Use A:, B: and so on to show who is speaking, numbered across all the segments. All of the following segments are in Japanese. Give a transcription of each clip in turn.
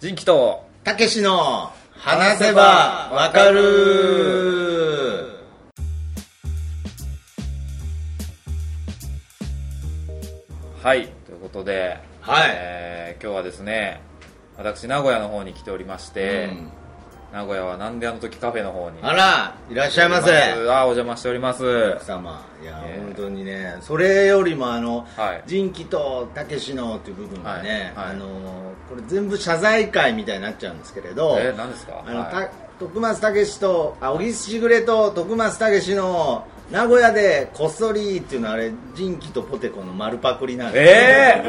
A: 人気と
B: たけしの話せばわかる
A: はいということで、
B: はい
A: えー今日はですね私名古屋の方に来ておりまして、
B: うん
A: 名古屋はなんであの時カフェの方に
B: あらいらっしゃいませ
A: あお邪魔しております
B: 奥様いや、
A: ええ
B: 本当にねそれよりもあの、
A: はい
B: 人気とたけしのっていう部分がね、
A: はいはい
B: あのこれ全部謝罪会みたいになっちゃうんですけれど、
A: え何ですか
B: あの、
A: はい
B: た徳松たけしとあ小木しぐれと徳松たけしの名古屋でこっそりっていうのはあれ人気とポテコの丸パクリなんです
A: え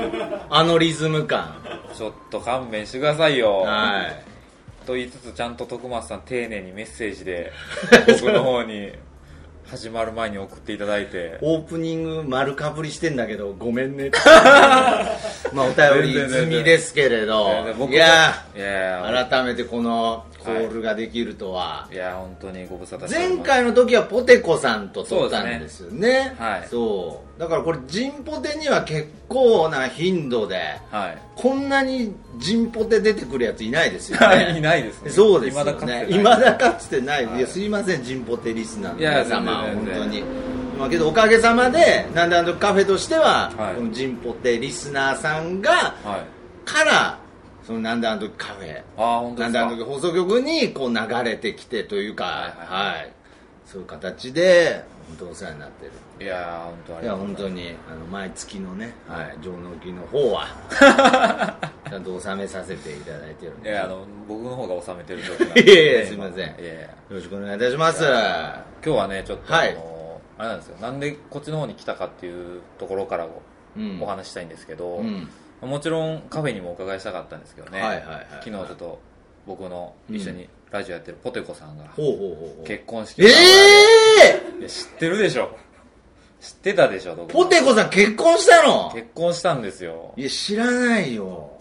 B: あのリズム感
A: ー、ちょっと勘弁してくださいよ、
B: はい
A: と言いつつちゃんと徳松さん丁寧にメッセージ で僕の方に始まる前に送っていただいて
B: オープニング丸かぶりしてんだけどごめん ねまあお便り済みですけれど
A: 全然僕
B: いやー
A: いやー
B: 改めてこのコールができるとは、
A: いや本当にご無沙汰しており
B: 前
A: ます
B: 回の時はポテコさんと撮ったんですよね
A: はい
B: そうだからこれジンポテには結構な頻度で
A: はい
B: こんなにジンポテ出てくるやついないですよ
A: い
B: ね
A: ないですね
B: そうですよね
A: 未
B: 未
A: だかつてない
B: だかつてない,、
A: はい
B: い、やすいませんジンポテリスナーの
A: いや
B: 皆
A: 全然
B: 様
A: 全
B: 本
A: 然
B: 当にまあけどおかげさまでなんであのカフェとしては、
A: はい
B: このジンポテリスナーさんが
A: はい
B: からそのなんであの時カフェ
A: ああ本当で
B: なん
A: す
B: だ
A: か
B: あの時放送局にこう流れてきてというか、
A: はい
B: はいそういう形で本当お世話になってる
A: いや本当あ
B: い
A: りがと
B: や
A: うご
B: 本
A: ざいま
B: 当
A: す
B: にあの毎月のね、はい、上納金の方は ちゃんと納めさせていただいてるん
A: い
B: で
A: やあの僕の方が収めてる状況なん
B: いやいやすいません
A: いやいや
B: よろしくお願いいたします
A: 今日はねちょっと、
B: はい
A: あのあれなんですよなんでこっちの方に来たかっていうところからお,、
B: うん
A: 話ししたいんですけど、
B: うん
A: もちろんカフェにもお伺いしたかったんですけどね、
B: はいはいはいはい
A: 昨日ちょっと僕の一緒にラジオやってるポテコさんが
B: ほうほうほうほう
A: 結婚式
B: え
A: の名古屋
B: え
A: でいや知ってるでしょ知ってたでしょどこ
B: ー、ポテコさん結婚したの
A: 結婚したんですよ
B: いや知らないよ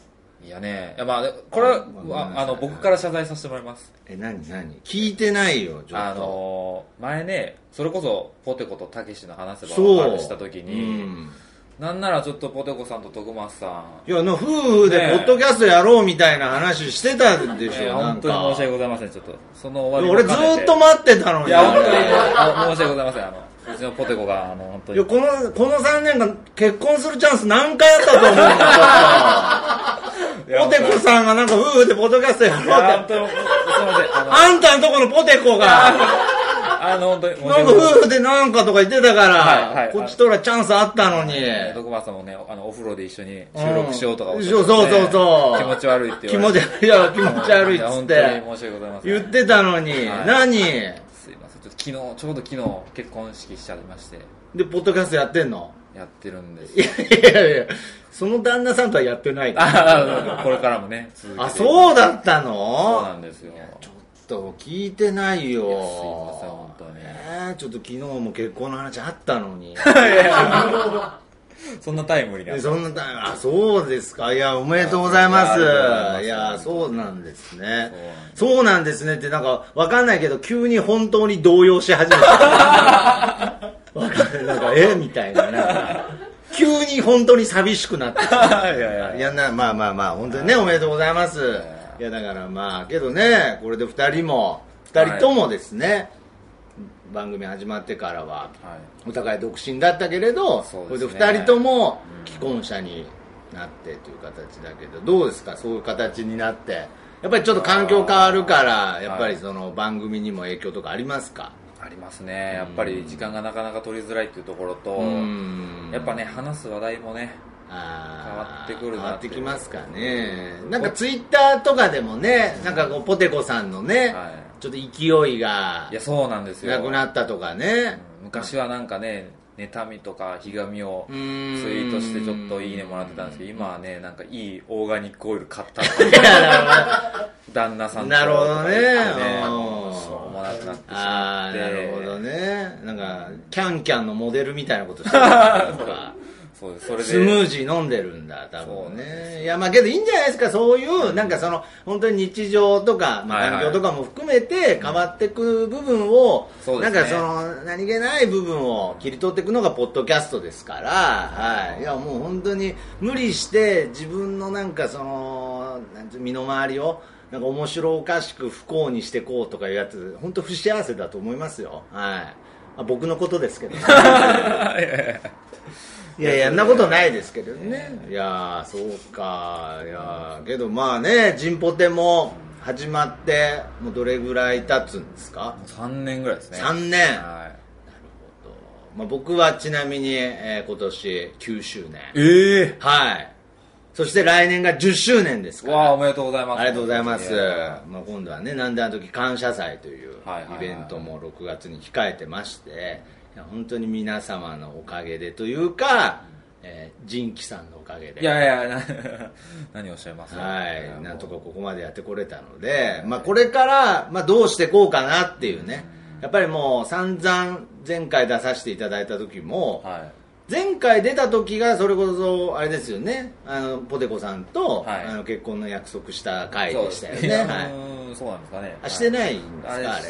A: いやねいやまあこれは
B: ごめんなさい
A: あの僕から謝罪させてもらいます
B: え何何聞いてないよちょっと
A: あの前ねそれこそポテコとたけしの話せば
B: そう
A: わかるした時に、
B: うん
A: なんならちょっとポテコさんと徳松さん
B: いや、な夫婦で
A: ねえ
B: ポッドキャストやろうみたいな話してたでしょ、
A: えー
B: なん
A: 本当
B: か
A: に申し訳ございませんちょっとその終わり
B: 俺
A: を
B: ず
A: 兼ね
B: ー
A: て
B: っと待ってたのに。
A: いや本当にあ申し訳ございませんあのうちのポテコがあの本当
B: いや
A: に
B: この、この3年間結婚するチャンス何回あったと思うんだ
A: いや
B: よポテコさんがなんか夫婦でポッドキャストや
A: いや
B: ろう
A: 本
B: って。
A: 当にすいませんあの
B: あんたんとこのポテコが、
A: あの本当に申し
B: な
A: 訳ご
B: んか
A: ざいません
B: 夫婦でなんかとか言ってたから、
A: はいはい
B: こっちとらチャンスあったのに。
A: えー徳松さんもねあのお風呂で一緒に収録しようとかおっしゃ
B: そう
A: って
B: そうそうそう。
A: 気持ち悪いって
B: 気
A: 言わ
B: 持
A: れ
B: ち
A: て
B: 悪い。いや、気持ち悪いっ
A: や
B: つっ
A: 本
B: て
A: 当に申し訳ございません
B: 言ってたのに、
A: はい
B: 何
A: すいませんちょっと昨日ちょうど昨日結婚式しちゃいまして
B: で、ポッドキャストやってんの
A: やってるんです
B: いやいやいや、その旦那さんとはやってないか ら。
A: あこれからもね続けて
B: あ、そううだった
A: そうな
B: の
A: んですよ
B: ちょっと聞いてないよ。
A: いやすいません本当に
B: ねえちょっと昨日も結婚の話あった のに。
A: そんなタイムリー
B: で
A: な
B: そんなタイムあ、そうですか。いや、おめでとうございます。
A: いや
B: いや、そうなんですね。
A: そう
B: そうなんですねって、なんか、わかんないけど、急に本当に動揺し始め た。わかんない。なんか、えみたいな。なんか急に本当に寂しくなってきた。
A: いや
B: いやなまあまあまあ本当にねおめでとうございます
A: え
B: いやだからまあけどねこれで2人も2人ともですね、番組始まってからは
A: はい
B: お互い独身だったけれど
A: そう
B: こ
A: で
B: れ
A: す
B: で
A: ね
B: 2人とも既婚者になってという形だけどどうですかそういう形になってやっぱりちょっと環境変わるからやっぱりその番組にも影響とかありますか
A: ありますねやっぱり時間がなかなか取りづらいっていうところと
B: うん
A: やっぱね話す話題もね
B: あー
A: 変わってくるなっていう
B: 変わってきますかねなんかツイッターとかでもねなんかこうポテコさんのね、
A: は
B: ちょっと勢いが
A: いやそうなんですよ
B: なくなったとかね
A: 昔はなんかね妬みとかひがみを
B: う
A: ツイ
B: ーん
A: ートしてちょっといいねもらってたんですけど今はねなんかいいオーガニックオイル買 ったとか旦那さんと
B: なるほどねうん
A: しょうもなくなってしま
B: あ
A: っ
B: あ
A: て
B: なるほどねなんかキャンキャンのモデルみたいなことしてるとか
A: そうですそれで
B: スムージー飲んでるんだ多
A: そうなん
B: 分
A: です
B: ねいやまあけどいいんじゃないですかそういうなんかその本当に日常とか、ま
A: はい
B: あ、
A: はい
B: 環境とかも含めて変わってく部分を、
A: そうで
B: な
A: すね
B: んかその何気ない部分を切り取っていくのがポッドキャストですから、はい、いやもう本当に無理して自分のなんかそののなんて身の回りをなんか面白おかしく不幸にしてこうとかいうやつ本当不幸せだと思いますよはい、まあ、僕のことですけど、ね、いやいや、んなことないですけどね。いやー、そうか。いやーけどまあね、ジンポテも始まって、もうどれぐらい経つんですか
A: 3年ぐらいですね
B: ?3 年。
A: は
B: まあ、僕はちなみに、えー今年9周年。
A: い、ええ
B: はい。そして来年が10周年ですか
A: わあ
B: ら。
A: おめでとうございます
B: ありがとうございます。
A: え
B: まあ、今度はね、なんであの時感謝祭という
A: はいはいはい
B: イベントも6月に控えてまして、いや本当に皆様のおかげでというか、えー、ジンキさんのおかげで。
A: えいやいやな 何をおっしゃいます
B: はい、
A: な
B: なんん
A: と
B: とかここまでやってこれたので、まあ、これから、まあ、どうしてこうかなっていうね、やっぱりもう散々前回出させていただいた時も、
A: はい
B: 前回出た時がそれこそあれですよねあのポテコさんと、
A: はい
B: あの結婚の約束した回
A: そう
B: で
A: で
B: し
A: す
B: たよ
A: ね
B: ね
A: う
B: はい
A: ーんそうなんですかね
B: あして
A: い
B: ないんですか、あれ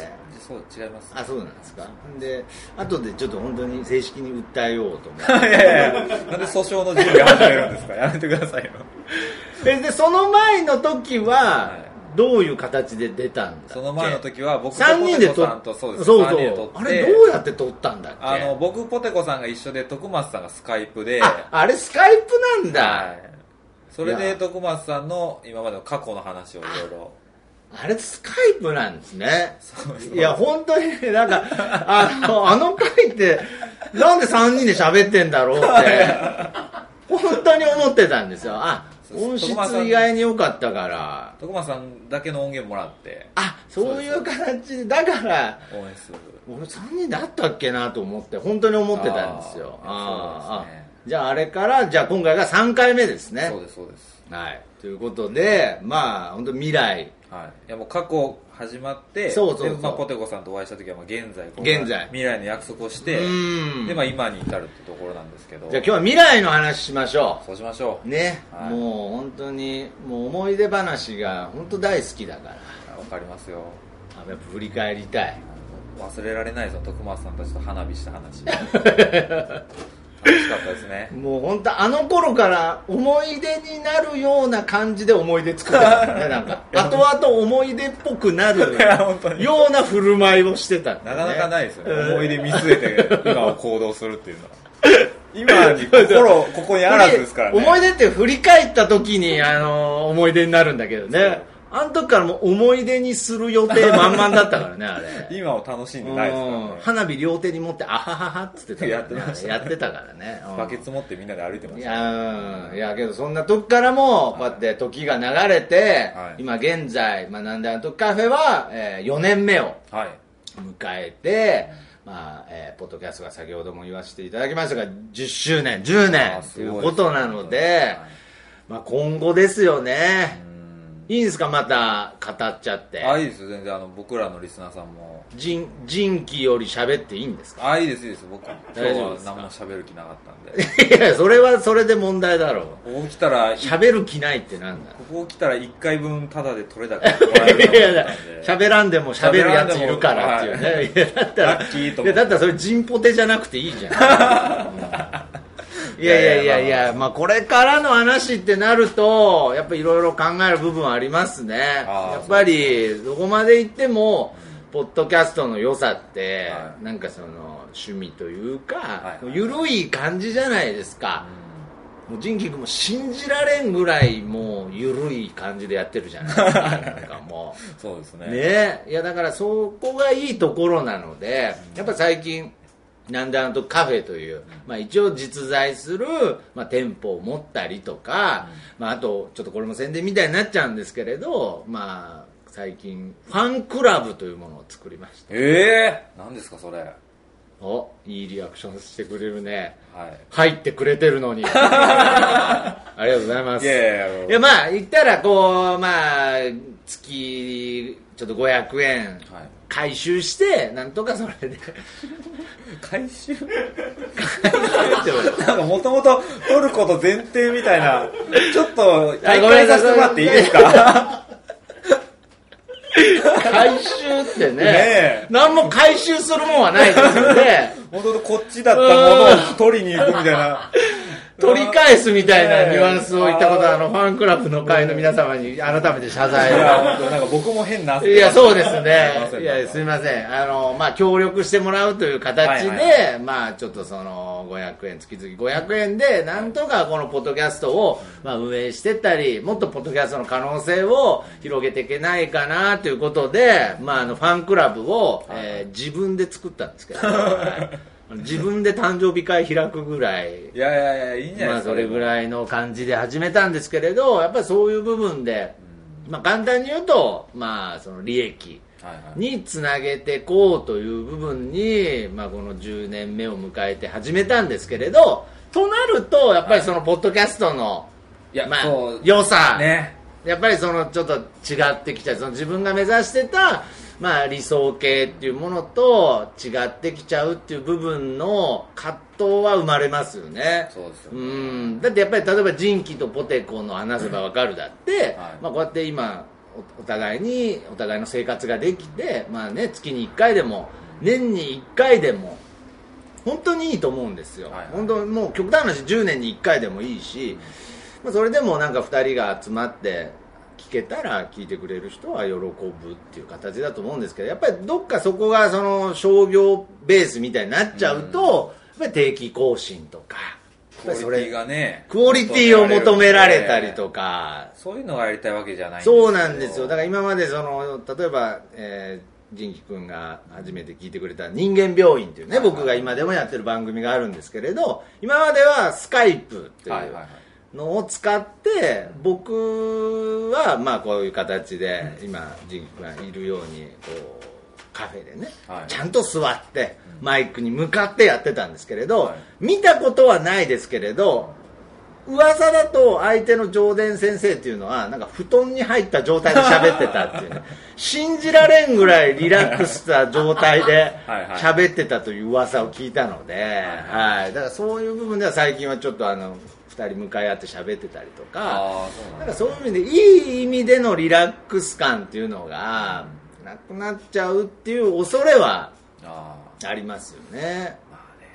A: そう違います
B: あそうなんですかで後でちょっと本当に正式に訴えようと思って
A: いやいやなんで訴訟の準備始めるんです かやめてくださいよ
B: えでその前の時は、
A: はい
B: どういう形で出たんだっけ
A: その前の時は僕と
B: 3
A: ポ
B: 人
A: テ
B: で
A: コ
B: 撮
A: さ
B: っ
A: んとそうです
B: そう
A: 3人で撮って
B: あれどうやって撮ったんだっけ
A: あの僕ポテコさんが一緒で徳松さんがスカイプで
B: ああれスカイプなんだ、
A: はいそれ
B: い
A: で
B: や
A: 徳松さんの今までの過去の話をいろいろ
B: あれスカイプなんですね
A: うそう
B: いや本当にねなんか あのあの回ってなんで3人で喋ってんだろう って本当に思ってたんですよあ
A: そう
B: 音質
A: 徳間さん
B: 意外に良かったから
A: 徳松さんだけの音源もらって
B: あそういう形でだから
A: 応援する
B: 俺3人で会ったっけなと思って本当に思ってたんですよ
A: あーそ
B: あー
A: うですね
B: あじゃああれからじゃあ今回が3回目ですね
A: そうですそうです
B: はいということでまあ本当未来
A: はい、いやもう過去始まって
B: そうそうそう
A: でまあ、ポテコさんとお会いした時はまあ現在こう
B: 現在
A: 未来の約束をして
B: うん
A: で、まあ、今に至るってところなんですけど
B: じゃあ今日は未来の話しましょ
A: そうしましょ
B: う
A: う
B: ね、
A: はい
B: もう本当にもう思い出話が本当大好きだから
A: わかりますよ
B: あやっぱ振り返りたい
A: 忘れられないですよ徳松さんたちと花火した 話楽しかったですね
B: もう本当あの頃から思い出になるような感じで思い出作ってたんだねな んか後々思い出っぽくなる
A: いや本当に
B: ような振る舞いをしてたんだ
A: な
B: ね、
A: かなかないですよね、
B: うん
A: 思い出見据えて今を行動するっていうの は今に心ここにあらずですからね
B: 思い出って振り返った時に、あのー思い出になるんだけどねあの時からもう思い出にする予定満々だったからねあれ
A: 今を楽しんでないですから
B: うん
A: ね
B: 花火両手に持って、あはははっつってた
A: やって
B: から
A: ま
B: ね
A: し。た
B: やってたからね。うん
A: バケツ持ってみんなで歩いてま
B: い
A: した
B: や、うんいや、けどそんな時からも、こうやって時が流れて、
A: はい
B: 今現在、まあ、なんであの時カフェは、え4年目を
A: はい
B: 迎えて、まあ、えーポッドキャストが先ほども言わせていただきましたが、10周年、10
A: あ
B: 年
A: ーす
B: と
A: ごいで
B: い
A: すね
B: うことなので、まあ、今後ですよね。いいんですかまた語っちゃって。
A: あいいですよ全然あの僕らのリスナーさんも
B: 人、人気より喋っていいんですか
A: あいいですいいです僕今日
B: 大丈夫で
A: は
B: すか
A: 何も喋る気なかったんで
B: いや、それはそれで問題だろう。
A: ここ来たらいこ
B: 喋る気ないってなんだ
A: こ来たら1回分タダで取れたからもらえる
B: い
A: と
B: やい
A: 思っ
B: や
A: たんで
B: 喋らんでも喋るやついるからっていうね、い、やだったら
A: ラッキーと
B: い
A: 思っ
B: や
A: て
B: だったらそれ人ポテじゃなくていいじゃんいやいやいや い
A: いやい
B: やまあこれからの話ってなるとやっぱいろいろ考える部分はありますね
A: あー
B: やっぱりどこまで行ってもポッドキャストの良さって、
A: は
B: なんかその趣味というか、
A: はいはい
B: ゆるい感じじゃないですか、もうジンキ君も信じられんぐらいもう緩い感じでやってるじゃないですかなんかもう
A: そうですね
B: ねいやだからそこがいいところなのでやっぱ最近なんだなんとカフェという、まあ、一応実在する、まあ、店舗を持ったりとか、まあ、あとちょっとこれも宣伝みたいになっちゃうんですけれど、まあ、最近ファンクラブというものを作りました
A: ええ何ですかそれはい
B: おいいリアクションしてくれるね入ってくれてる のにありがとうございます
A: いやいや
B: いやまあ言ったらこうまあ月ちょっと500円
A: はい
B: 回収してなんとかそれで
A: 回収なんかもともと取ること前提みたいなちょっと大会させてもらっていいですか
B: 回収ってね
A: ねえ
B: 何も回収 するもんはないですよね
A: もともとこっちだったものを取りに行くみたいな
B: 取り返すみたいなニュアンスを言ったことは、あの、ファンクラブの会の皆様に改めて謝罪を。
A: 本当なんか僕も変な。
B: いや、そうです
A: すいませ
B: ね。
A: ん
B: いや、すみません。あの、まあ、協力してもらうという形で、
A: はいは
B: まあ、ちょっとその、500円、月々500円で、なんとかこのポッドキャストを、まあ、運営してったり、もっとポッドキャストの可能性を広げていけないかな、ということで、まあ、あの、ファンクラブを、えー自分で作ったんですけど、はい自分で誕生日会開くぐらい、
A: いやいやいや、いいんじゃないで
B: まあ、
A: すか。
B: それぐ
A: い。
B: らいの感じで始めたんですけれど、やっぱりそういう部分で、まあ、簡単に言うと、まあ、その利益
A: はいはい。
B: につなげてこうという部分に、まあ、この10年目を迎えて始めたんですけれど、となると、やっぱりそのポッドキャストの、
A: いや、
B: まあ
A: そう、
B: 良さ、
A: ね。
B: やっぱりそのちょっと違ってきちゃうその自分が目指してた、まあ、理想形っていうものと違ってきちゃうっていう部分の葛藤は生まれますよね
A: そうですよね
B: うんだってやっぱり例えば仁キとポテコの話せばわかるだって、まあ、こうやって今おお互いにお互いの生活ができて、まあね、月に1回でも年に1回でも本当にいいと思うんですよ、
A: はいはい
B: 本当もう極端な話10年に1回でもいいし、まあ、それでもなんか2人が集まって聞けたら聞いてくれる人は喜ぶっていう形だと思うんですけどやっぱりどっかそこがその商業ベースみたいになっちゃうと、やっぱり定期更新とか
A: クオリティがね。
B: クオリティを求められたりとか
A: そういうのがやりたいわけじゃない
B: そうなんですよだからら今までその例えば、えー、仁く君が初めて聞いてくれた「人間病院」っていうね僕が今でもやってる番組があるんですけれど今まではスカイプっていう、
A: はいはいはい。
B: のを使って僕はまあこういう形で今仁君がいるようにこうカフェでね、
A: はい
B: ちゃんと座ってマイクに向かってやってたんですけれど、
A: はい
B: 見たことはないですけれど噂だと相手の上田先生っていうのはなんか布団に入った状態で喋ってたってい うね信じられんぐらいリラックスした状態で
A: はいはい
B: 喋ってたという噂を聞いたので、
A: は
B: はい、だからそういう部分では最近はちょっとあの2人向かい合って喋ってたりとか
A: ああ、そうなん
B: な
A: だ
B: んかそういう意味でいい意味でのリラックス感っていうのがなくなっちゃうっていう恐れは
A: あ
B: ありますよね
A: あ。まあね。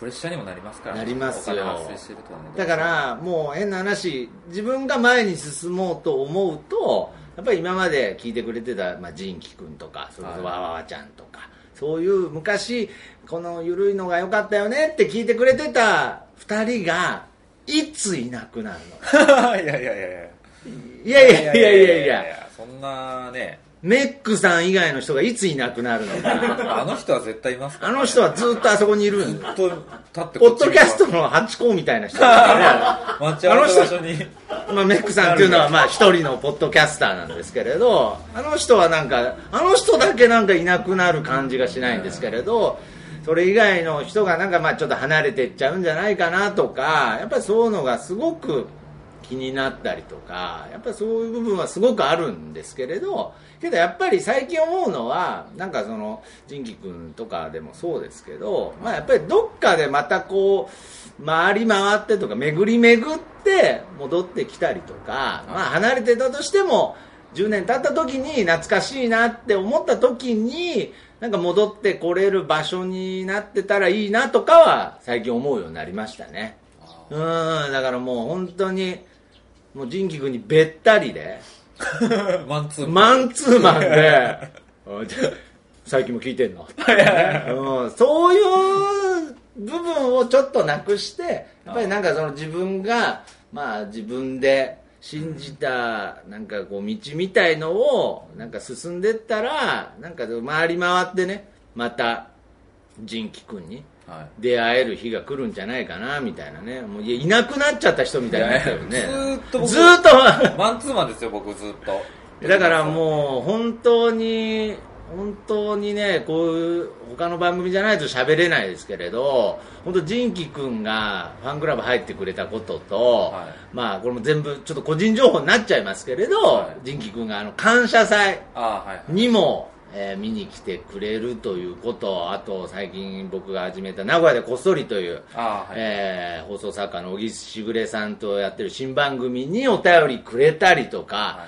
A: プレッシャーにもなりますからね
B: なりますよ
A: お金発生してるとね。
B: だからもう変な話自分が前に進もうと思うとやっぱり今まで聞いてくれてた、まあ、仁輝君とかそれこそ
A: はい
B: わわわちゃんとかそういう昔このゆるいのが良かったよねって聞いてくれてた2人がいついなくなる
A: ら。いやいやいやいや。
B: のいやいやいやいやいや
A: そんなね、
B: メックさん以外の人がいついなくなるのか
A: あの人は絶対いますか
B: あ
A: ら。
B: の人はずっとあそこにいるんだ
A: ずっと立って
B: ポ
A: こっ
B: ッ
A: ち
B: ド
A: 見
B: キ
A: てます
B: ャストのハチ公みたいな人だからね
A: 待ち合わせ場所に。
B: まあ、メックさんっていうのはまあ一人のポッドキャスターなんですけれどあの人はなんかあの人だけなんかいなくなる感じがしないんですけれどそれ以外の人がなんかまあちょっと離れていっちゃうんじゃないかなとかやっぱりそういうのがすごく気になったりとかやっぱりそういう部分はすごくあるんですけれどけどやっぱり最近思うのはなんかその仁く君とかでもそうですけど、まあ、やっぱりどっかでまたこう回り回ってとか巡り巡って戻ってきたりとか、まあ、離れてたとしても10年経った時に懐かしいなって思った時になんか戻ってこれる場所になってたらいいなとかは最近思うようになりましたね。うーん、だからもう本当に、もう仁輝君にべったりで、
A: マンツーマン。
B: マンツーマ ンで、あじゃあ最近も聞いてんの、うん、そういう部分をちょっとなくして、やっぱりなんかその自分が、まあ自分で信じた、なんかこう道みたいのを、なんか進んでったら、なんか回り回ってね、また仁輝君に。
A: はい。
B: 出会える日が来るんじゃないかなみたいなねもういやいなくなっちゃった人みたいになったよね
A: いやずーっと僕
B: ずーっと
A: マンツーマンですよ、僕ずっと。
B: だからもう本当に本当にねこういう他の番組じゃないと喋れないですけれど本当仁輝君がファンクラブ入ってくれたことと、
A: は
B: まあこれも全部ちょっと個人情報になっちゃいますけれど
A: はい
B: 仁輝、君があの感謝祭
A: ああ、はいはい。
B: にも、えー見に来てくれるということあと最近僕が始めた名古屋でこっそりという
A: ああ、はい。
B: えー放送作家の小木しぐれさんとやってる新番組にお便りくれたりと
A: はいは
B: か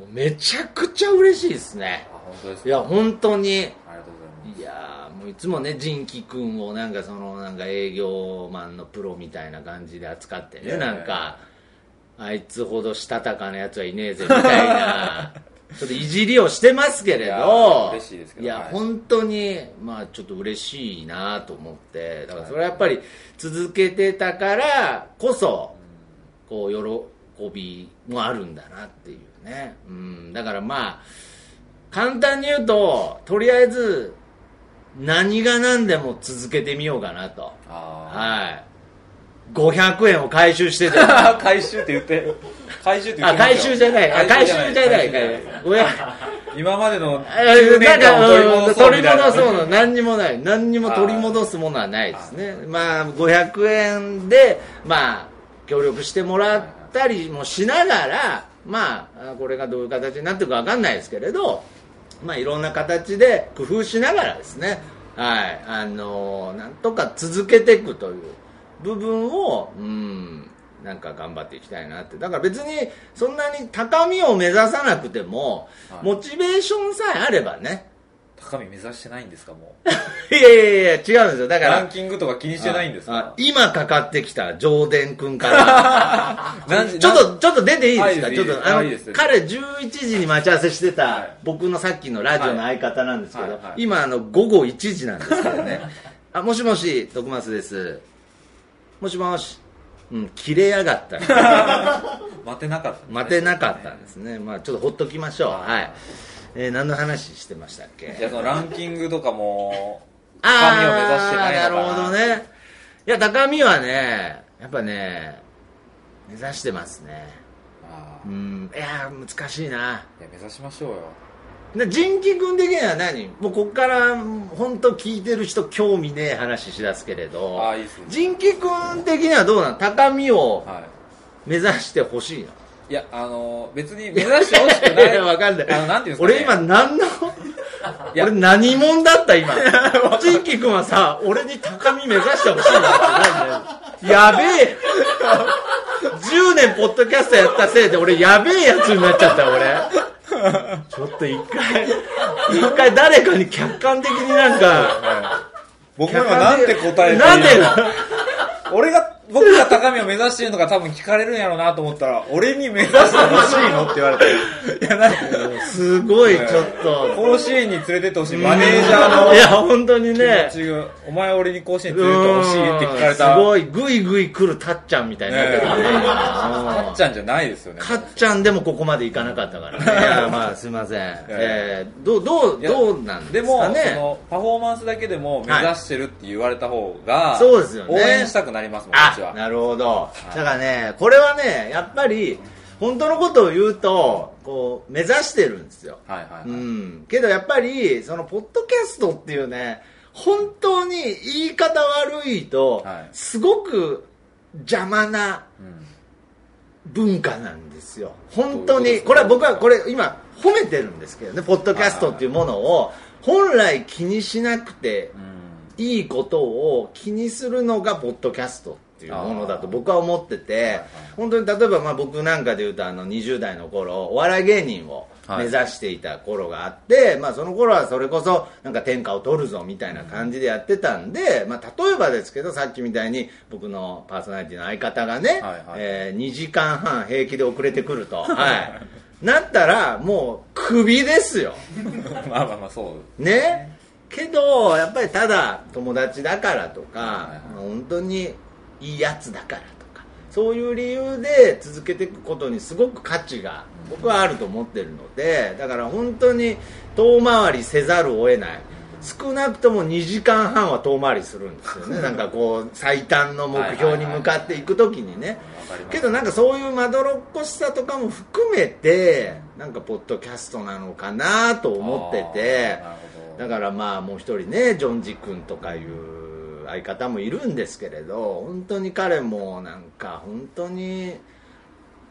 A: い、
B: もうめちゃくちゃ嬉しいですね
A: あ、本当です
B: い
A: か。
B: や本当に
A: ありがとうございます。
B: いやーもういつもね仁輝君をなんかそのなんか営業マンのプロみたいな感じで扱って
A: いやい
B: ね
A: やい
B: な
A: や
B: んかあいつほどしたたかなやつはいねえぜみた いなちょっといじりをしてますけれ
A: いや
B: ど
A: 嬉しいですけど
B: いや
A: はい
B: 本当にまあちょっと嬉しいなと思ってだからそれはやっぱり続けてたからこそこう喜びもあるんだなっていうね、うん、だからまあ簡単に言うととりあえず何が何でも続けてみようかなと
A: あ
B: はい500円を回収してて あ
A: あ 回収って言って回収って言ってま
B: 回
A: すよ
B: 収じゃないあ回収じゃない
A: 回収
B: 回収ごめん
A: 今までの
B: え
A: 10年
B: ーなん
A: 間を取り戻
B: かう
A: そう
B: ん取り
A: みたいな
B: 戻そうの何にもない何にも取り戻すものはないですねまあ500円でまあ協力してもらったりもしながらまああこれがどういう形になっていくか分かんないですけれどまあいろんな形で工夫しながらですねはいあのーなんとか続けていくという部分をうんなんか頑張っていきたいなってだから別にそんなに高みを目指さなくても、
A: はい
B: モチベーションさえあればね
A: 高み目指してないんですかも
B: いやいやいや違うんですよだ
A: う
B: か
A: ラ
B: ら
A: ンキングとか気にしてないんです
B: ああ
A: か
B: 今かかってきた上田君から
A: 何時
B: ちょっとちょっと出ていいですか
A: はい
B: ちょ
A: いい
B: っ
A: で
B: と
A: す
B: あの
A: いいです
B: 彼11時に待ち合わせして
A: は
B: た
A: い
B: 僕のさっきのラジオの相方なんですけど、
A: はいはいはい
B: 今あの午後1時なんですけどね あもしもし徳松ですもしもしうん切れやがったな
A: 待てなかった
B: 待てなかったんですね、まあ、ちょっとほっときましょう、はいえー何の話してましたっけ
A: いやそのランキングとかも高みを目指して
B: ああ
A: ない
B: な
A: の
B: る
A: か
B: ほどねいや高みはねやっぱね目指してますね
A: あ
B: う
A: ー
B: んいやー難しいない
A: や目指しましょうよ
B: な仁輝君的には何もうこっから本当聞いてる人興味ねえ話しだすけれど
A: あーいいっすね
B: 仁輝君的にはどうなの高みを
A: は
B: 目指してほしいの
A: いいやあの別に目指してほしくない
B: やや わかんない。
A: あのなんていうんですか、ね、
B: 俺今何の、
A: いや
B: 俺何者だった今。ジンキ君はさ、俺に高み目指してほしいなってなんだよ。やべえ。10年ポッドキャストやったせいで俺やべえやつになっちゃったよ俺。ちょっと一回、一回誰かに客観的になんか、
A: 僕も今なんて答えていいの
B: なんで
A: 俺が、僕が高みを目指してるのが多分聞かれるんやろうなと思ったら、俺に目指してほしいのって言われて。いや、なんか、
B: すごいちょっと。
A: 甲子園に連れてってほしい。マネージャ
B: い
A: ー
B: や、本当にね
A: の。気持ちが、お前俺に甲子園に連れてってほしいって聞かれた。
B: すごい、ぐいぐい来るたっちゃんみたいになってたね
A: ねえ
B: 今
A: かっちゃんじゃないですよね。
B: かっちゃんでもここまでいかなかったからね。いやまあすいません。えー、どう、どう、
A: いや
B: どうなん
A: で
B: です
A: も
B: か、
A: そ
B: ね。
A: の、パフォーマンスだけでも目指してるって言われた方が、
B: そうですよね
A: 応援したくなりますもん、こっち
B: あ、
A: は。
B: なるほど。だからね、これはね、やっぱり、本当のことを言うと、こう、目指してるんですよ。
A: はいはいうはい。
B: ん。けどやっぱり、その、ポッドキャストっていうね、本当に言い方悪いと、
A: はい
B: すごく邪魔な
A: うん
B: 文化なんですよ本当
A: どういう
B: に
A: ことですか
B: これは僕はこれ今褒めてるんですけどねポッドキャストっていうものを本来気にしなくて
A: うん
B: いいことを気にするのがポッドキャストっていうものだと僕は思ってて本当に例えばまあ僕なんかで言うとあの20代の頃お笑い芸人を目指していた頃があって、まあその頃はそれこそなんか天下を取るぞみたいな感じでやってたんで、まあ例えばですけどさっきみたいに僕のパーソナリティの相方がね、
A: はいはい
B: え2時間半平気で遅れてくる と、はい、なったらもうクビですよ。
A: まあまあまあ、そう。
B: ねけどやっぱりただ友達だからとか
A: はい
B: 本当にいいやつだからとかそういう理由で続けていくことにすごく価値が僕はあると思ってるのでだから本当に遠回りせざるを得ない少なくとも2時間半は遠回りするんですよねなんかこう最短の目標に向かっていく時にね
A: わかります
B: けどなんかそういうまどろっこしさとかも含めてなんかポッドキャストなのかなと思って
A: あ
B: て
A: ーなるほど
B: だからまあもう一人ねジョンジ君とかいう相方もいるんですけれど本当に彼もなんか本当に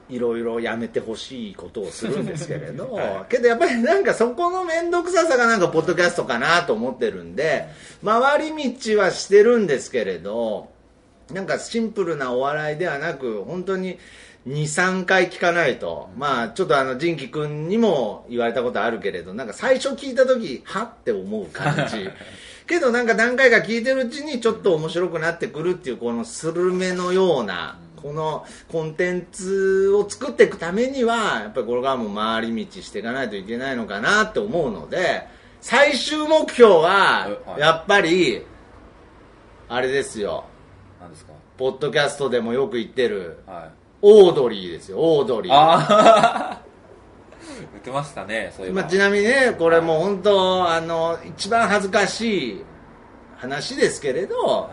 B: いろいろやめてほしいことをするんですけれど、
A: は
B: けどやっぱりなんかそこの面倒くささがなんかポッドキャストかなと思ってるんで回り道はしてるんですけれどなんかシンプルなお笑いではなく本当に23回聞かないと、まあちょっとあの仁輝君にも言われたことあるけれどなんか最初聞いた時はって思う感じけどなんか何回か聞いてるうちにちょっと面白くなってくるっていうこのスルメのようなこのコンテンツを作っていくためにはやっぱりこれからも回り道していかないといけないのかなって思うので最終目標は
A: はい
B: やっぱりあれですよ
A: なんですか
B: ポッドキャストでもよく言ってる
A: はい
B: オードリーですよオードリー
A: ああ 言ってましたねそういえば
B: まあ、ちなみにねこれもう本当あの一番恥ずかしい話ですけれど、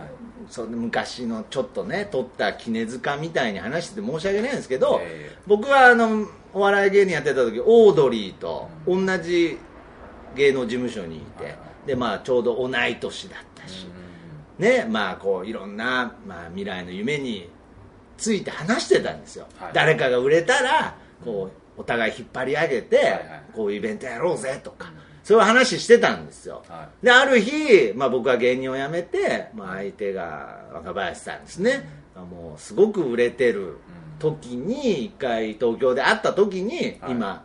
B: その昔のちょっとね撮った絹塚みたいに話してて申し訳ないんですけど、
A: いやいや
B: 僕はあのお笑い芸人やってた時オードリーと同じ芸能事務所にいて、
A: はい
B: でまあ、ちょうど同い年だったし、ねまあ、こういろんな、まあ、未来の夢について話してたんですよ、
A: はい
B: 誰かが売れたらこうお互い引っ張り上げて、
A: はい
B: こういうイベントやろうぜとか、そういう話してたんですよ、
A: は
B: である日、まあ、僕は芸人を辞めて、まあ、相手が若林さんですね、もうすごく売れてる時に一回東京で会った時に、
A: はい
B: 今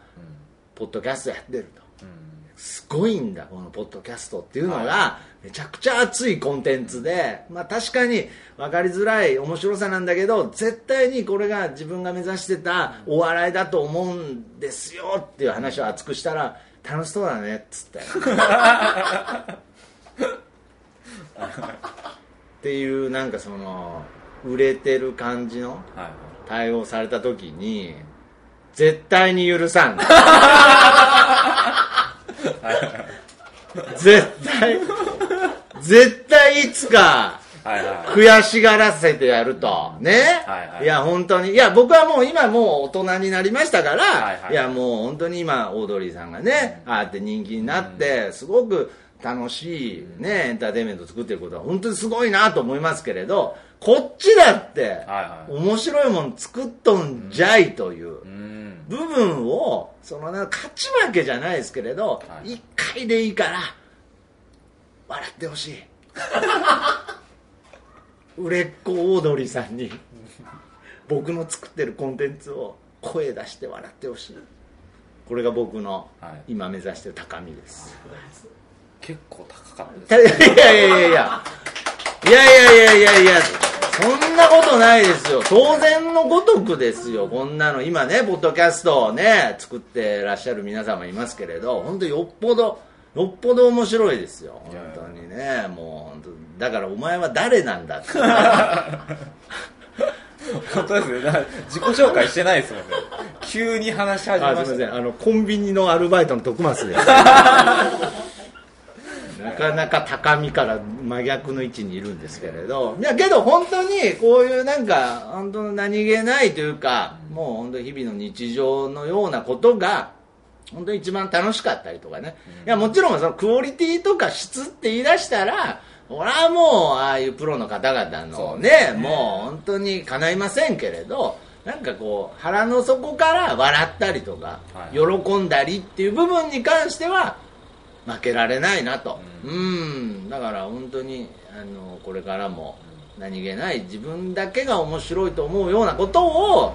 B: ポッドキャストやってると。
A: うんうん
B: すごいんだこのポッドキャストっていうのが
A: は
B: めちゃくちゃ熱いコンテンツで、まあ、確かに分かりづらい面白さなんだけど絶対にこれが自分が目指してたお笑いだと思うんですよっていう話を熱くしたら楽しそうだねっつって。っていうなんかその売れてる感じの
A: はい
B: 対応された時に絶対に許さん絶対絶対いつか
A: はいはいはい
B: 悔しがらせてやるとね、
A: はいはい
B: や本当にいや僕はもう今もう大人になりましたから、
A: はい
B: い
A: はい
B: やもう本当に今オードリーさんがね、ああやって人気になって、すごく楽しいねエンターテインメントを作ってることは本当にすごいなと思いますけれどこっちだって、
A: はいはい
B: 面白いもん作っとんじゃいという
A: うん
B: 部分をそのなんか勝ち負けじゃないですけれど、
A: はい
B: 一回でいいから笑ってほ しい売れっ子オードリーさんに僕の作ってるコンテンツを声出して笑ってほしいこれが僕の
A: はい
B: 今目指してる高みです、
A: 結構高かったです
B: た いやいやいやいやいやいやいやいやいやそんなことないですよ当然のごとくですよこんなの今ねポッドキャストをね作ってらっしゃる皆様いますけれど本当よっぽどよっぽど面白いですよ
A: いやいや
B: 本当にねもう本当だからお前は誰なんだって
A: 本当ですねだから自己紹介してないですもんね急に話し始めました
B: あのコンビニのアルバイトの徳松です なかなか高みから真逆の位置にいるんですけれどいやけど本当にこういうなんか本当の何気ないというかもう本当日々の日常のようなことが本当に一番楽しかったりとかね、いやもちろんそのクオリティとか質って言い出したら俺はもうああいうプロの方々
A: そ
B: の
A: う
B: ねもう本当に叶いませんけれどなんかこう腹の底から笑ったりとか、
A: はい
B: 喜んだりっていう部分に関しては負けられないなとうんだから本当にあのこれからも何気ない自分だけが面白いと思うようなことを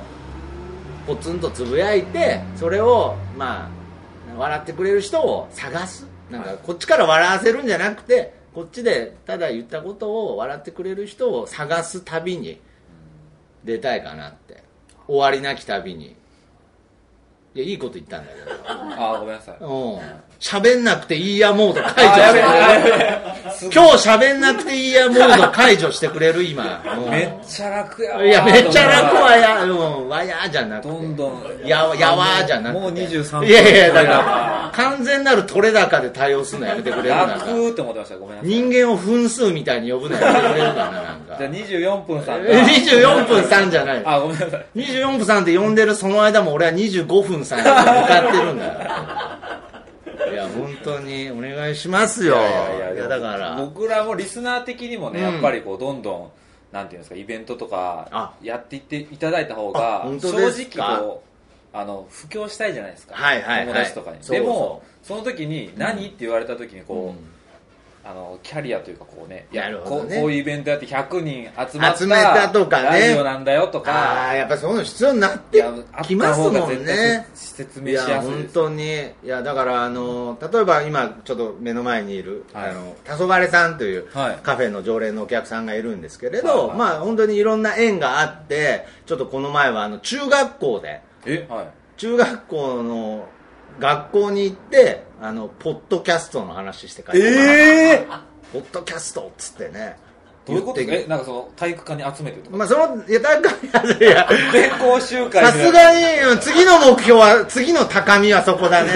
B: ポツンとつぶやいてそれをまあ笑ってくれる人を探すなんかこっちから笑わせるんじゃなくてこっちでただ言ったことを笑ってくれる人を探す旅に出たいかなって終わりなき旅にいやいいこと言ったんだけ
A: ああごめんなさい
B: どうん喋んなくていいやモード解除
A: あ
B: し
A: や
B: て
A: べえ
B: く
A: や
B: れる
A: べえ
B: 今日喋んなくていいやモード解除してくれる今うん
A: めっちゃ楽やわ
B: いやめっちゃ楽はやうんわやじゃなくて
A: どんどん
B: ややわーじゃなくて
A: もう23
B: いやいやだから完全なる取れ高で対応するのやめてくれるななんか
A: 楽って思ってましたごめんなさい
B: 人間を分数みたいに呼ぶのやめてくれるかななんか
A: じゃあ24分さんが
B: 24分3じゃない
A: あごめんなさい
B: 24分3って呼んでるその間も俺は25分3に向かってるんだよいや本当にお願いしますよいやだから
A: 僕らもリスナー的にもね、
B: うん
A: やっぱりこうどんどんなんていうんですかイベントとか
B: あ
A: やっていっていただいた方
B: あ
A: が
B: 本
A: 正
B: 当ですか
A: 直こうあの布教したいじゃないですか、
B: はいはいはい
A: 友達とかに
B: そうそう
A: でもその時に何、って言われた時にこう、あのキャリアというかこうねいや
B: なるほ
A: こ
B: ど
A: う
B: ね
A: こういうイベントやって100人集まった
B: 集めたとかね
A: ラジオなんだよと
B: あ
A: か
B: あやっぱそういうの必要になっ
A: い
B: て
A: やあっ
B: きま
A: た
B: す
A: 方が
B: も
A: 絶
B: ん
A: 対
B: ね
A: せ説
B: い
A: 明し
B: や
A: やすい
B: 本
A: です
B: 当にいやだからあの例えば今ちょっと目の前にいる、
A: はい
B: あの黄昏さんという
A: はい
B: カフェの常連のお客さんがいるんですけれど、
A: はいはい
B: まあ本当にいろんな縁があってちょっとこの前はあの中学校で
A: えはい
B: 中学校の学校に行ってあのポッドキャストの話して帰ってもらった
A: ええ
B: ポッドキャストっつってね
A: どういうこと
B: 言って
A: えなんかその体育館に集めてとか
B: まあそのいやだからいや
A: 全校集会
B: さすがにうん次の目標は次の高みはそ こだね、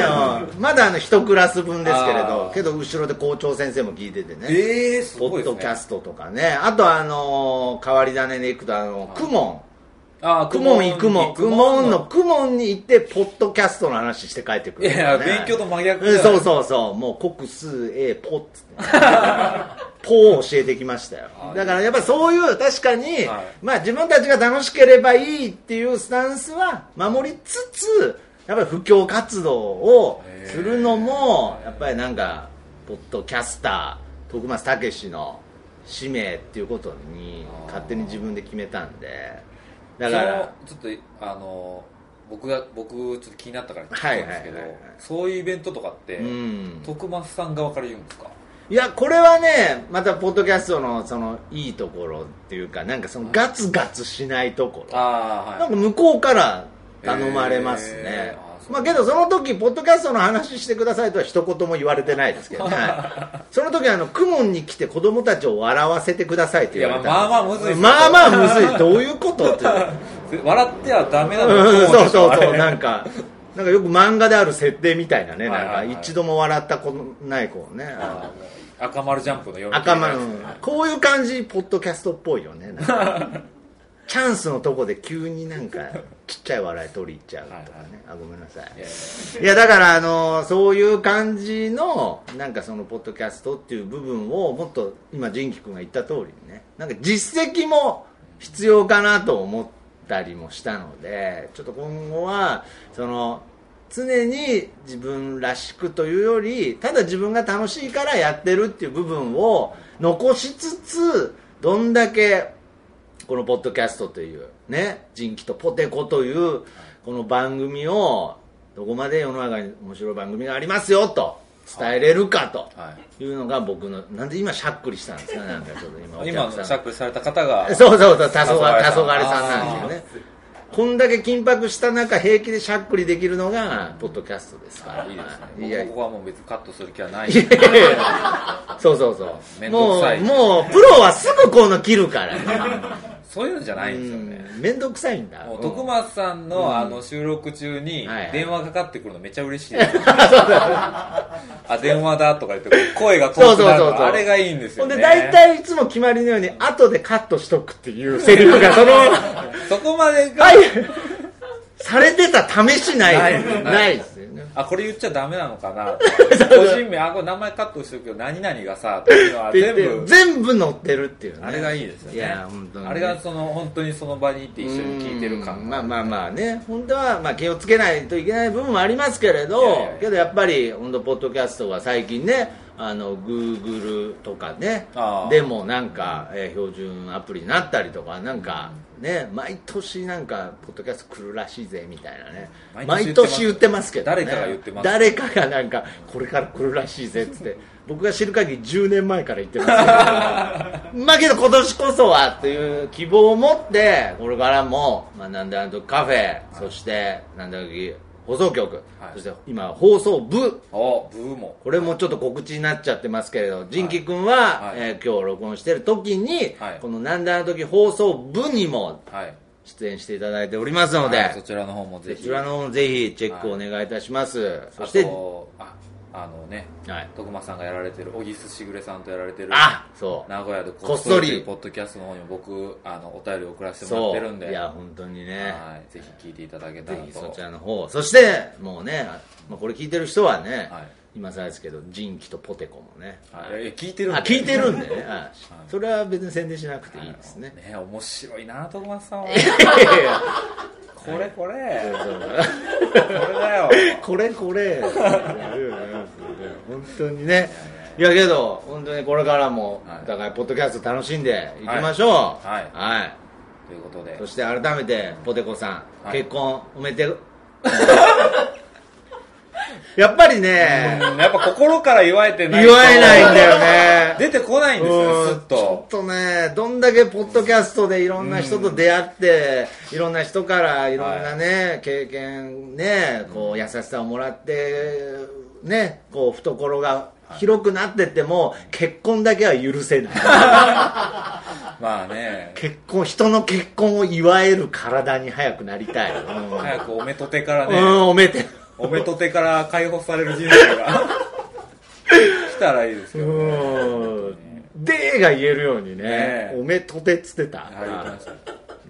B: うんまだあの一クラス分ですけれ
A: あ
B: ど
A: ー
B: けど後ろで校長先生も聞いててね、
A: ええす
B: ポ
A: ごいです
B: ッド
A: ね
B: キャストとかねあとあのー変わり種でいくとあのクモ
A: ああ
B: ンクモン行くもんクモンのクモンに行ってポッドキャストの話して帰ってく
A: い
B: る、
A: や勉強と真逆じゃ
B: うん
A: ない
B: そうそうそうもう国数英ポっつってね ポを教えてきましたよ
A: はい
B: だからやっぱそういう確かに、
A: はい
B: まあ自分たちが楽しければいいっていうスタンスは守りつつやっぱり布教活動をするのもやっぱりなんかポッドキャスター徳松武史の使命っていうことに勝手に自分で決めたんでだから
A: そのちょっとあの僕が僕ちょっと気になったから
B: は
A: 聞
B: い
A: いたんですけど、
B: はいはいはい
A: そういうイベントとかって、
B: うん
A: 徳松さん側から言うんですか
B: いや、これはね、また、ポッドキャストの、その、いいところっていうか、なんかその、ガツガツしないところ。
A: ああ
B: なんか向こうから頼まれますね。
A: へーあそう
B: まあ、けど、その時、ポッドキャストの話してくださいとは一言も言われてないで すけどね。はいその時、あの、クモンに来て子供たちを笑わせてくださいって言われたんですよ。
A: いやまあまあむずいです
B: まあまあむずい。どういうことって。
A: はい笑ってはダメなの
B: うん そうそう
A: あ
B: そう
A: れ
B: なんかなんかよく漫画である設定みたいなね
A: は
B: ないん
A: はいは
B: か
A: い
B: 一度も笑ったことない子をね
A: あー赤丸ジャンプの読み切
B: 赤
A: りのや
B: 丸
A: つ
B: こういう感じポッドキャストっぽいよねなん かチャンスのとこで急になんかちっちゃい笑い取り入っちゃうとかねあごめんなさい
A: いやい
B: いやだからあのそういう感じのなんかそのポッドキャストっていう部分をもっと今仁く君が言った通りにねなんか実績も必要かなと思ったりもしたのでちょっと今後はその常に自分らしくというよりただ自分が楽しいからやってるっていう部分を残しつつどんだけこのポッドキャストというね人気とポテコというこの番組をどこまで世の中に面白い番組がありますよと伝えれるかと
A: やはい
B: いうのが僕のなんで今しゃっくりしたんですかなんかちょっと今お
A: 今の
B: 客さん
A: シャックされた方が
B: そうそうそう黄昏黄昏さんなん
A: あー
B: ですよねこんだけ緊迫した中平気でしゃっくりできるのがポッドキャストですから
A: いいですね
B: いや
A: も
B: い
A: うここはもう別にカットする気はない
B: やいやいやそうそうそう
A: 面
B: も
A: 倒く
B: う
A: さい
B: もうプロはすぐこういうの切るからね
A: そういうのじゃ ないんですよね
B: うん面倒くさいんだ
A: もう
B: うん
A: 徳松さんの,、あの収録中に
B: はいはい
A: 電話かかってくるのめっちゃ嬉しい です、あ電話だとか言って声が遠くなるの
B: そうそうそうそう
A: あれがいいんです
B: ほ
A: よ
B: ん
A: ね
B: で、大体いつも決まりのように、後でカットしとくっていうセリフが、その、は
A: そこまでが、
B: い、されてた試しない。
A: ない
B: ないですよね。
A: あこれ言っちゃダメなのか な個人名あこれ名前カットしてるけど何々がさっていうのは
B: 全
A: 全
B: 部、
A: 部
B: 全部乗ってるっていうね。
A: あれがいいですよね
B: いや、本当にね。
A: あれがその本当にその場にいて一緒に聞いてる感
B: うんまあまあまあね本当はまあ気をつけないといけない部分もありますけれど
A: いやいやいや
B: けどやっぱり本当ポッドキャストは最近ねあのグーグルとかね
A: あー
B: でもなんか、えー標準アプリになったりとかなんか、ね毎年なんかポッドキャスト来るらしいぜみたいなね毎
A: 毎
B: 年
A: 年
B: 言
A: 言
B: っ
A: ってて
B: ま
A: ますす
B: けど、
A: 誰
B: ね、
A: かが言ってます
B: 誰かがなんかこれから来るらしいぜっつって僕が知る限り10年前から言ってますけど まあけど今年こそはっていう希望を持ってこれからも「まあ、なんであの時カフェ」そして「なんであの時放送局」
A: はい
B: そして今放送部
A: おブーも
B: これもちょっと告知になっちゃってますけれど、仁輝くんは、
A: はい
B: えー今日録音してる時に、
A: はい
B: この「なんであの時放送部」にも
A: はい
B: 出演していただいておりますので、
A: はいそちらの方もぜ
B: そ
A: ひ
B: ちらの方もぜひチェックお願いいたします、そ
A: あ
B: して
A: とああのね
B: はい、
A: 徳間さんがやられてる小木すしぐれさんとやられてる
B: あそう
A: 名古屋で
B: こっそり
A: というポッドキャストの方にも僕あのお便りを送らせても
B: そ
A: らってるん
B: う
A: で
B: いや本当にね
A: はいぜひ聞いていただけたら
B: ぜ
A: と
B: ひそちらの方そしてもうね、まあ、これ聞いてる人はね、
A: はい
B: 今更ですけど人気とポテコもね
A: はいいやいや聞いてるん
B: あ
A: で
B: 聞いてる んでねあそれは別に宣伝しなくていいですね
A: ね面白いな徳松さんは これこれこれだよ
B: これこれ本当にねいやけど本当にこれからも
A: はい
B: お互いポッドキャスト楽しんでいきましょう
A: はい
B: はい
A: ということで
B: そして改めてポテコさん、
A: はい
B: 結婚おめでとう やっぱりね
A: うんやっぱ心から祝えてな
B: 祝
A: い
B: え
A: と
B: ないんだよね
A: 出てこないんですよ
B: う
A: ねすっ
B: んちょ
A: と
B: っとね、どんだけポッドキャストでいろんな人と出会って、いろんな人からいろんなね、経験ね、こう優しさをもらって、ね、こう懐が広くなってっても、結婚だけは許せ ない。
A: まあね
B: 結婚、人の結婚を祝える体に早くなりたい。うん
A: 早くおめとてから
B: う
A: ね
B: ん、おめでと
A: おめとてから解放される人生 が来たらいいですけ
B: う。
A: どね
B: うん。でーが言えるようにね
A: ね、
B: おめとてっつってた。
A: はい行きました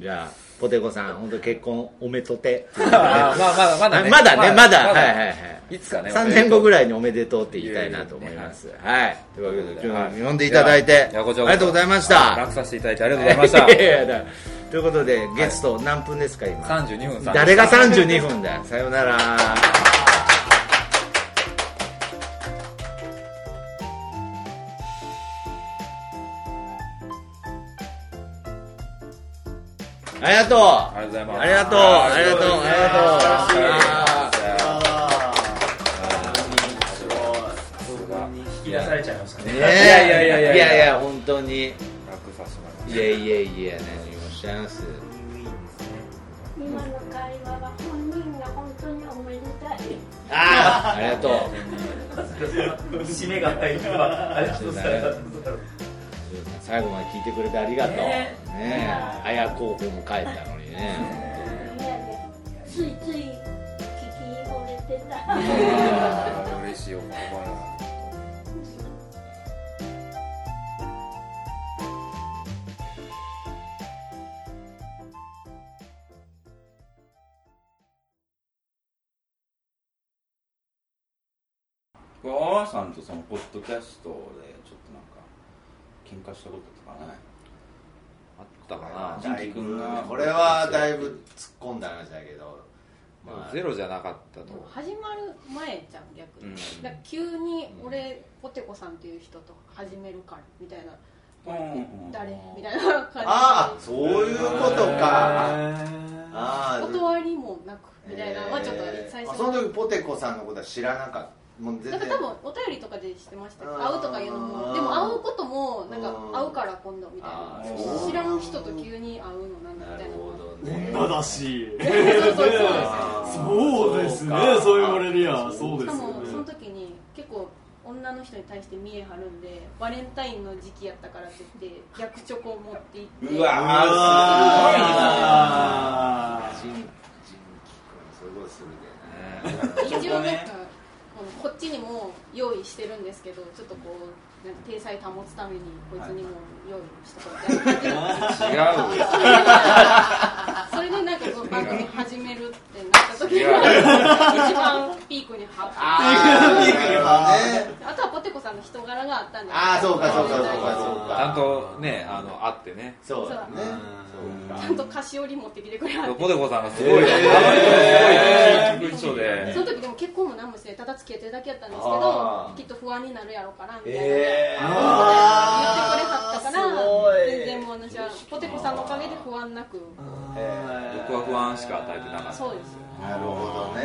B: じゃあ、ポテコさん、本当結婚おめとて。
A: あーまあまだまだね
B: まだね、まだ、はいはいはい。
A: いつかね
B: 3年後ぐらいにおめでとうって言いたいなと思います。はい。というわけで、今日も呼んでいただいて、
A: や
B: あ
A: こちらこそ
B: りがとうございまし
A: はい
B: た。
A: 楽させていただいてありがとうございました
B: いやいやだということで、ゲスト何分ですか、今。
A: 32分さん
B: 誰が32分だよ。さようなら。
A: ありがとうございます
B: ありがとうありがとうありがとうありがとう
C: 引き出されちゃいましたね
B: ねえ
A: いやいやいやいや
B: いやいや本当にい
A: 楽させてもらいま
B: やいやいや何をおっしゃいます
D: 今の会話は本人が本当におめでたい。
B: ああありがとう
C: 締めが入るわありがとうございます
B: 最後まで聞いしてくれてありがとうね
C: ね
B: え綾候補も帰ったのにね
D: いやいやついつい聞き惚れてた。
A: した嬉しいお言葉だ
E: これあわさんとそのポッドキャストでちょっとなんか喧嘩したこととかない
A: あったか
E: だいぶな
B: これはだいぶ突っ込んだ話だけど
A: な、
B: まあ
A: ゼロじゃなかったと
F: 始まる前じゃん逆
A: う
F: に、
A: ん
F: だから急に俺ポテコさんっていう人と始めるからみたい
E: う
F: な、
E: ん
F: 誰みたいな感じで
B: ああそういうことかあ
F: お
B: あ
F: 断りもなくみたいなのはちょっと最
B: えーあ
F: 初
B: その時ポテコさんのことは知らなかったもう全
F: な
B: 然
F: んか多分お便りとかでしてましたよ
B: あー
F: 会うとかいうのもでも会うこともなんか
B: うん
F: 会うから今度みたい
B: あ
F: な
B: ー
E: そう
F: 知らん人と急に会うのなんだ
B: な
F: みたい
B: る
F: な
B: ほどね
C: 女だし
F: そうそうそうですよ
C: そうですね
B: あー
C: そう言われりゃそう
F: し
C: で
F: か
C: す
F: もそ
C: よ
F: の
C: ね
F: 時に結構女の人に対して見え張るんでバレンタインの時期やったからって 言って逆チョコを持って行って
E: うわ
C: う
E: ー
C: わ
B: ジンジンキ君そういうことするんだよ ね
E: チ
F: 一
E: ョ
F: 応
E: コ
F: なんか
E: ね
F: このこっちにも用意してるんですけどちょっとこうなんか体裁保つためにこいつにも用意したことみたいな感 じで
A: 違うよ
F: それでなんかこの番組始めるってなった時が一番ピークにハマっ
C: ー
B: あ
F: てあとはポテコさんの人柄があったんで
B: あーそうかそうかそうかそう
A: ち
B: か
A: ゃんとねあの会ってね
B: そうだね
E: うん
F: ちゃんと菓子折り持ってきてくれはって
A: ポテコさんがすごい、あの人もすごいいい人で、
F: その時でも結婚も何もしてただ付き合ってるだけやったんですけ
B: あ
F: ど
B: ー
F: きっと不安になるやろうからみたいな、
B: え
F: 言っ
B: ー
F: てくれはっ
C: あ
F: たか
C: ーす
F: ら
C: ごい
F: 全然もう私はポテコさんのおかげで不安なく
A: 僕は不安しか与えてなかった
F: そうですよ
B: なるほどね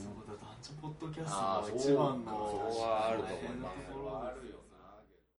C: そうだ男女ポッドキャストが一番の
A: そこはあると思います